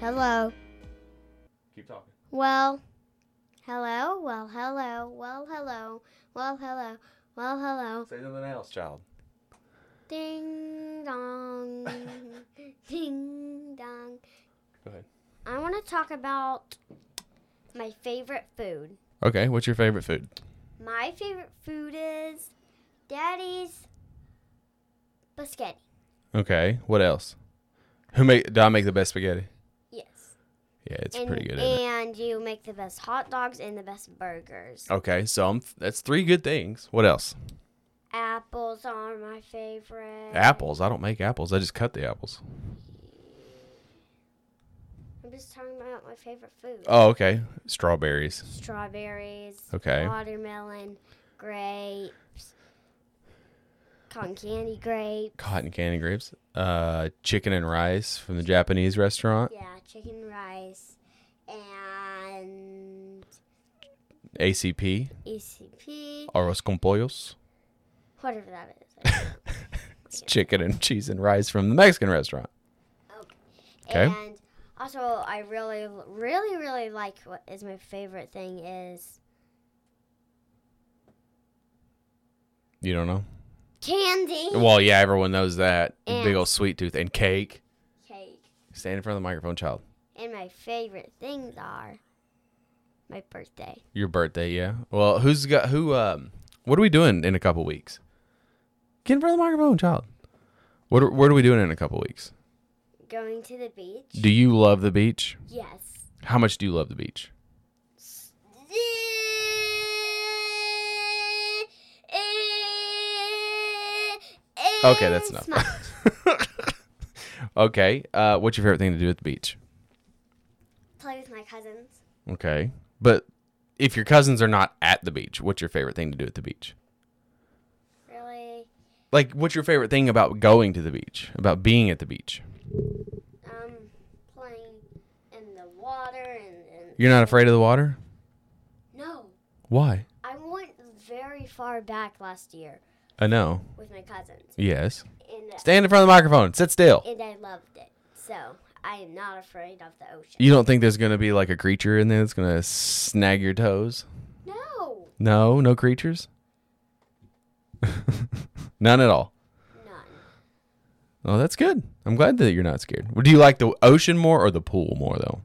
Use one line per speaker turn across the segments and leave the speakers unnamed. Hello.
Keep talking.
Well, hello. Well, hello. Well, hello. Well, hello. Well, hello.
Say something else, child.
Ding dong. Ding dong.
Go ahead.
I want to talk about my favorite food.
Okay, what's your favorite food?
My favorite food is Daddy's biscotti.
Okay, what else? Who make? Do I make the best spaghetti?
Yes.
Yeah, it's
and,
pretty good. Isn't it?
And you make the best hot dogs and the best burgers.
Okay, so I'm, that's three good things. What else?
Apples are my favorite.
Apples. I don't make apples. I just cut the apples.
I'm just talking about my favorite food.
Oh, okay. Strawberries.
strawberries,
Okay.
watermelon, grapes, cotton candy grape,
Cotton candy grapes. Uh, chicken and rice from the Japanese restaurant.
yeah, chicken rice, and E
ACP.
ECP,
Arroz con pollos.
whatever that is.
It's chicken and cheese and rice from the Mexican restaurant. Okay.
And also, I really, really, really like what is my favorite thing is
You don't know?
candy
Well, yeah, everyone knows that. Big
And-
old sweet tooth and cake.
cake.
Stand in front of the microphone, child.
And my favorite things are my birthday.
Your birthday, yeah. Well, who's got who? Um, what are we doing in a couple weeks? Get in front of the microphone, child. What are, what are we doing in a couple weeks?
Going to the beach.
Do you love the beach?
Yes.
How much do you love the beach? Okay, that's enough. okay, uh, what's your favorite thing to do at the beach?
Play with my cousins.
Okay, but if your cousins are not at the beach, what's your favorite thing to do at the beach?
Really,
Like, what's your favorite thing about going to the beach? About being at the beach?
um, playing in the water and, and
You're not afraid of the water?
no,
Why?
I went very far back last year
I know.
with my cousins,
Yes.
and
Stand in front of the microphone. Sit still.
and I loved it. So I am not afraid of the ocean.
You don't think there's gonna be like a creature in there that's gonna snag your toes?
No,
No, no creatures. None at all.
none.
Oh, that's good. I'm glad that you're not scared. Do you like the ocean more or the pool more though?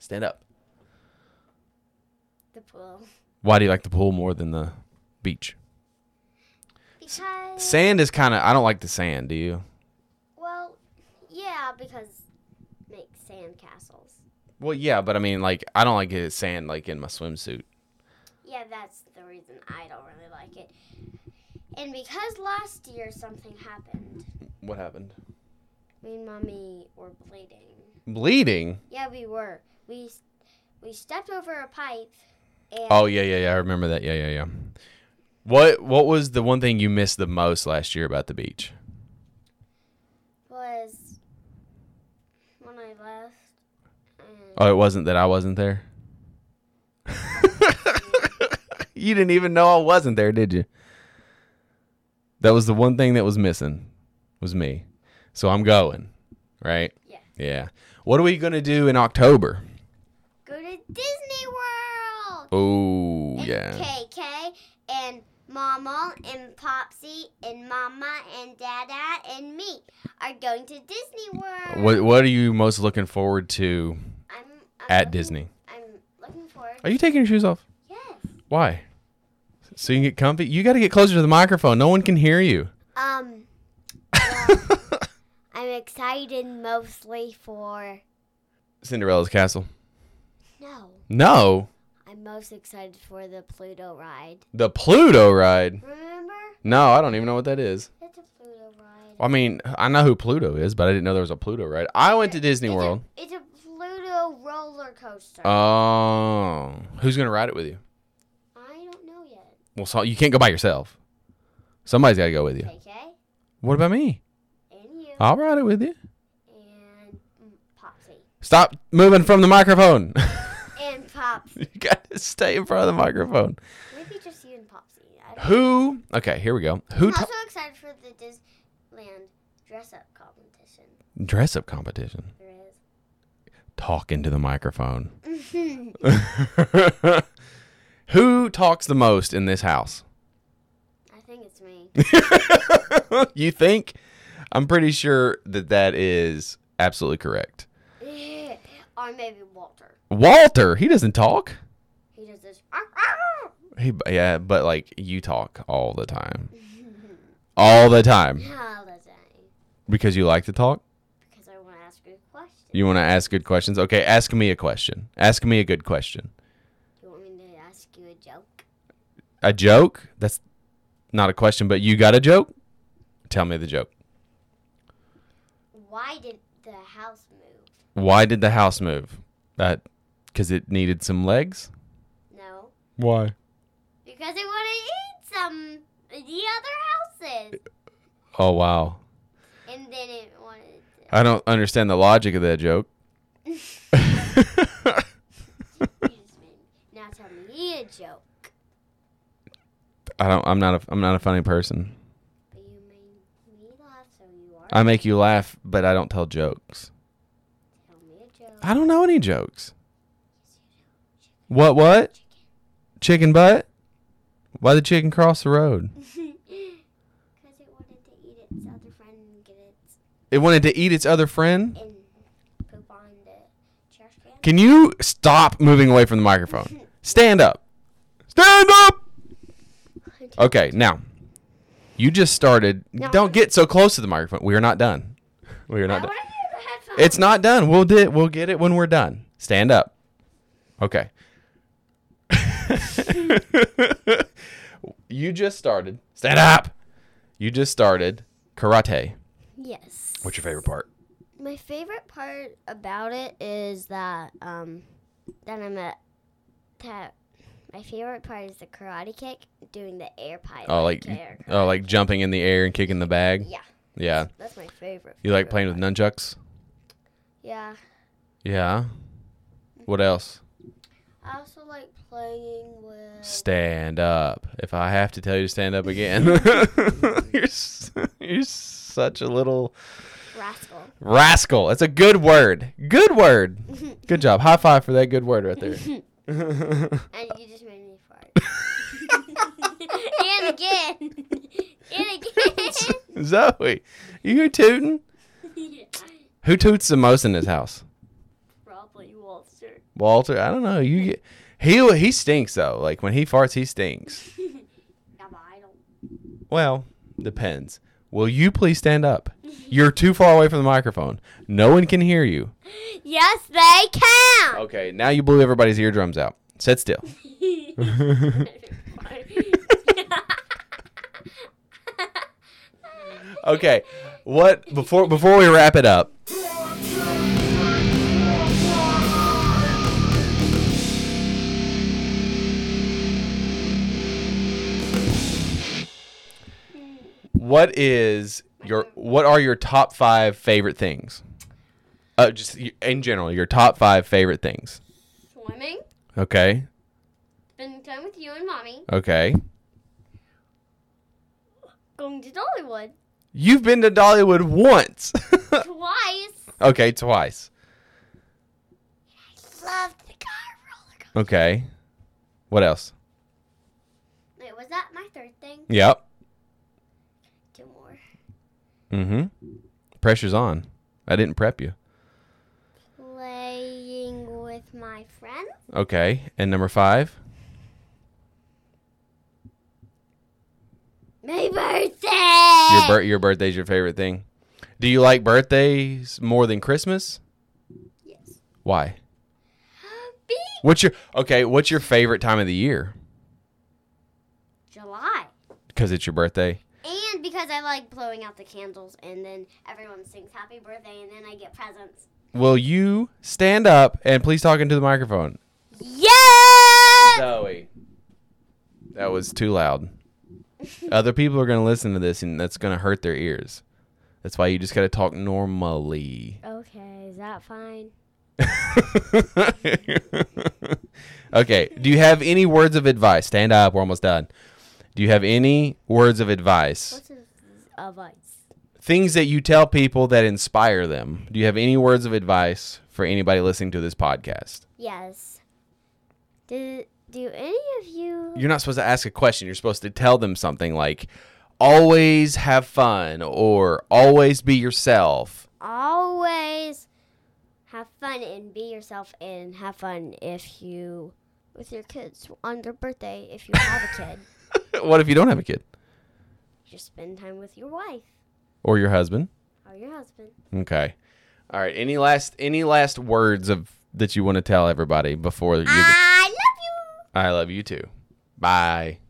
Stand up.
The pool
Why do you like the pool more than the beach?
because
Sand is kind of. I don't like the sand. Do you?
well, yeah, because make sand castles.
Well, yeah, but I mean, like, I don't like it sand like in my swimsuit.
Yeah, that's the reason I don't really like it. And because last year something happened,
What happened?
me and mommy were bleeding.
Bleeding.
Yeah, we were. We s- we stepped over a pipe, and
Oh yeah, yeah, yeah. I remember that. Yeah, yeah, yeah. What What was the one thing you missed the most last year about the beach?
was when I left. And
Oh, it wasn't that I wasn't there. you didn't even know I wasn't there, did you? That was the one thing that was missing, was me. So I'm going, right?
Yeah.
Yeah. What are we gonna do in October?
go to Disney World.
Oh
And
yeah.
KK and Mama and Popsy and Mama and Dada and me are going to Disney World.
What What are you most looking forward to
I'm, I'm
at
looking-
Disney?
I'm looking forward.
Are you taking your shoes off?
Yes.
Why? So you can get comfy. You got to get closer to the microphone. No one can hear you.
Um. well, I'm excited mostly for
Cinderella's castle.
no.
No.
I I'm most excited for the Pluto ride.
The Pluto ride?
Remember?
No, I don't even know what that is.
It's a Pluto ride.
I mean, I know who Pluto is, but I didn't know there was a Pluto ride. I went to Disney
It's a-
World. Uh,
It's a, Pluto roller coaster.
Oh, who's gonna ride it with you?
I don't know yet.
Well, so you can't go by yourself. Somebody's got to go with you.
KK
What about me?
and you
I'll ride it with you.
and mm, Popsy
Stop moving from the microphone.
and Popsy.
you got to stay in front of the microphone.
Maybe just you and Popsy. I don't
Who? Okay, here we go. Who
I'm
t-
also excited for the Disneyland dress up competition.
dress up competition?
There is.
Talk into the microphone. Mm-hmm. Who talks the most in this house?
I think it's me.
you think? I'm pretty sure that that is absolutely correct.
or maybe Walter.
Walter, he doesn't talk.
He does this.
He yeah, but like you talk all the time. All the time
All the time.
because you like to talk.
Because I want to ask you a question.
You want to ask good questions. Okay, ask me a question. Ask me a good question.
You want me to ask you a joke?
A joke? That's not a question, but you got a joke? Tell me the joke.
Why did the house move?
Why did the house move? That cuz it needed some legs?
No.
Why?
Because they want to eat some of the other houses.
Oh wow.
And then it wanted to.
I don't understand the logic of that joke.
You just made me. Now tell me a joke.
I don't I'm not a I'm not a funny person.
But you made me laugh, so you are.
I make you laugh, but I don't tell jokes.
Tell me a joke.
I don't know any jokes. What what? Chicken butt? Why the chicken cross the road?
Because it wanted to eat its other friend and get its
It wanted to eat its other friend.
and poop on the trash can.
Can you stop moving away from the microphone? Stand up. Stand up. Okay, now. You just started.
No.
Don't get so close to the microphone. We are not done. We are
I
not
want
done.
to hear the headphones.
It's not done. We'll di- we'll get it when we're done. Stand up. Okay. you just started. Stand up. You just started karate.
yes.
What's your favorite part?
My favorite part about it is that um that I'm at that my favorite part is the karate kick doing the air pilot.
Oh, like
air
oh, like jumping in the air and kicking the bag.
yeah.
Yeah.
That's my favorite.
You
favorite
like playing with nunchucks?
part. Yeah.
Yeah. What else?
I also like playing with
Stand up. If I have to tell you to stand up again, you're s- you're such a little
Rascal.
rascal. That's a good word. Good word. Good job. High five for that good word right there.
And you just made me fart. and again. and again.
Zoe, you tooting? Who toots the most in this house?
Probably Walter.
Walter. I don't know. You get he he stinks though. Like when he farts, he stinks.
Yeah, but I don't.
Well, depends. Will you please stand up? You're too far away from the microphone. No one can hear you.
Yes, they can.
Okay, now you blew everybody's eardrums out. Sit still. Oh. Okay. What before before we wrap it up? What is your what are your top 5 favorite things? Uh just y- in general, your top 5 favorite things.
Swimming.
Okay?
Spending time with you and mommy.
Okay.
Going to Dollywood
You've been to Dollywood once.
twice.
okay, twice.
Love the car roller coaster.
Okay. What else?
Wait, was that my third thing?
Yep.
Two more.
Mm-hmm. Pressure's on. I didn't prep you.
Playing with my friends.
Okay. And number five?
My birthday. Uh,
Your bir- your birthday's your favorite thing. Do you like birthdays more than Christmas?
Yes.
Why? What's your okay? What's your favorite time of the year?
July.
Because it's your birthday.
And because I like blowing out the candles and then everyone sings happy birthday and then I get presents.
Will you stand up and please talk into the microphone?
Yeah!
Zoe. That was too loud. Other people are going to listen to this and that's going to hurt their ears. That's why you just got to talk normally.
Okay, is that fine?
okay. Do you have any words of advice? Stand up. We're almost done. Do you have any words of advice?
What's his advice?
Things that you tell people that inspire them. Do you have any words of advice for anybody listening to this podcast?
Yes. Do, do any of you.
you're not supposed to ask a question. You're supposed to tell them something like always have fun or always be yourself.
always have fun and be yourself and have fun if you with your kids on their birthday if you have a kid
what if you don't have a kid
just spend time with your wife
or your husband?
or your husband
Okay. All right, any last any last words of that you want to tell everybody before you
i love you
I love you too. Bye.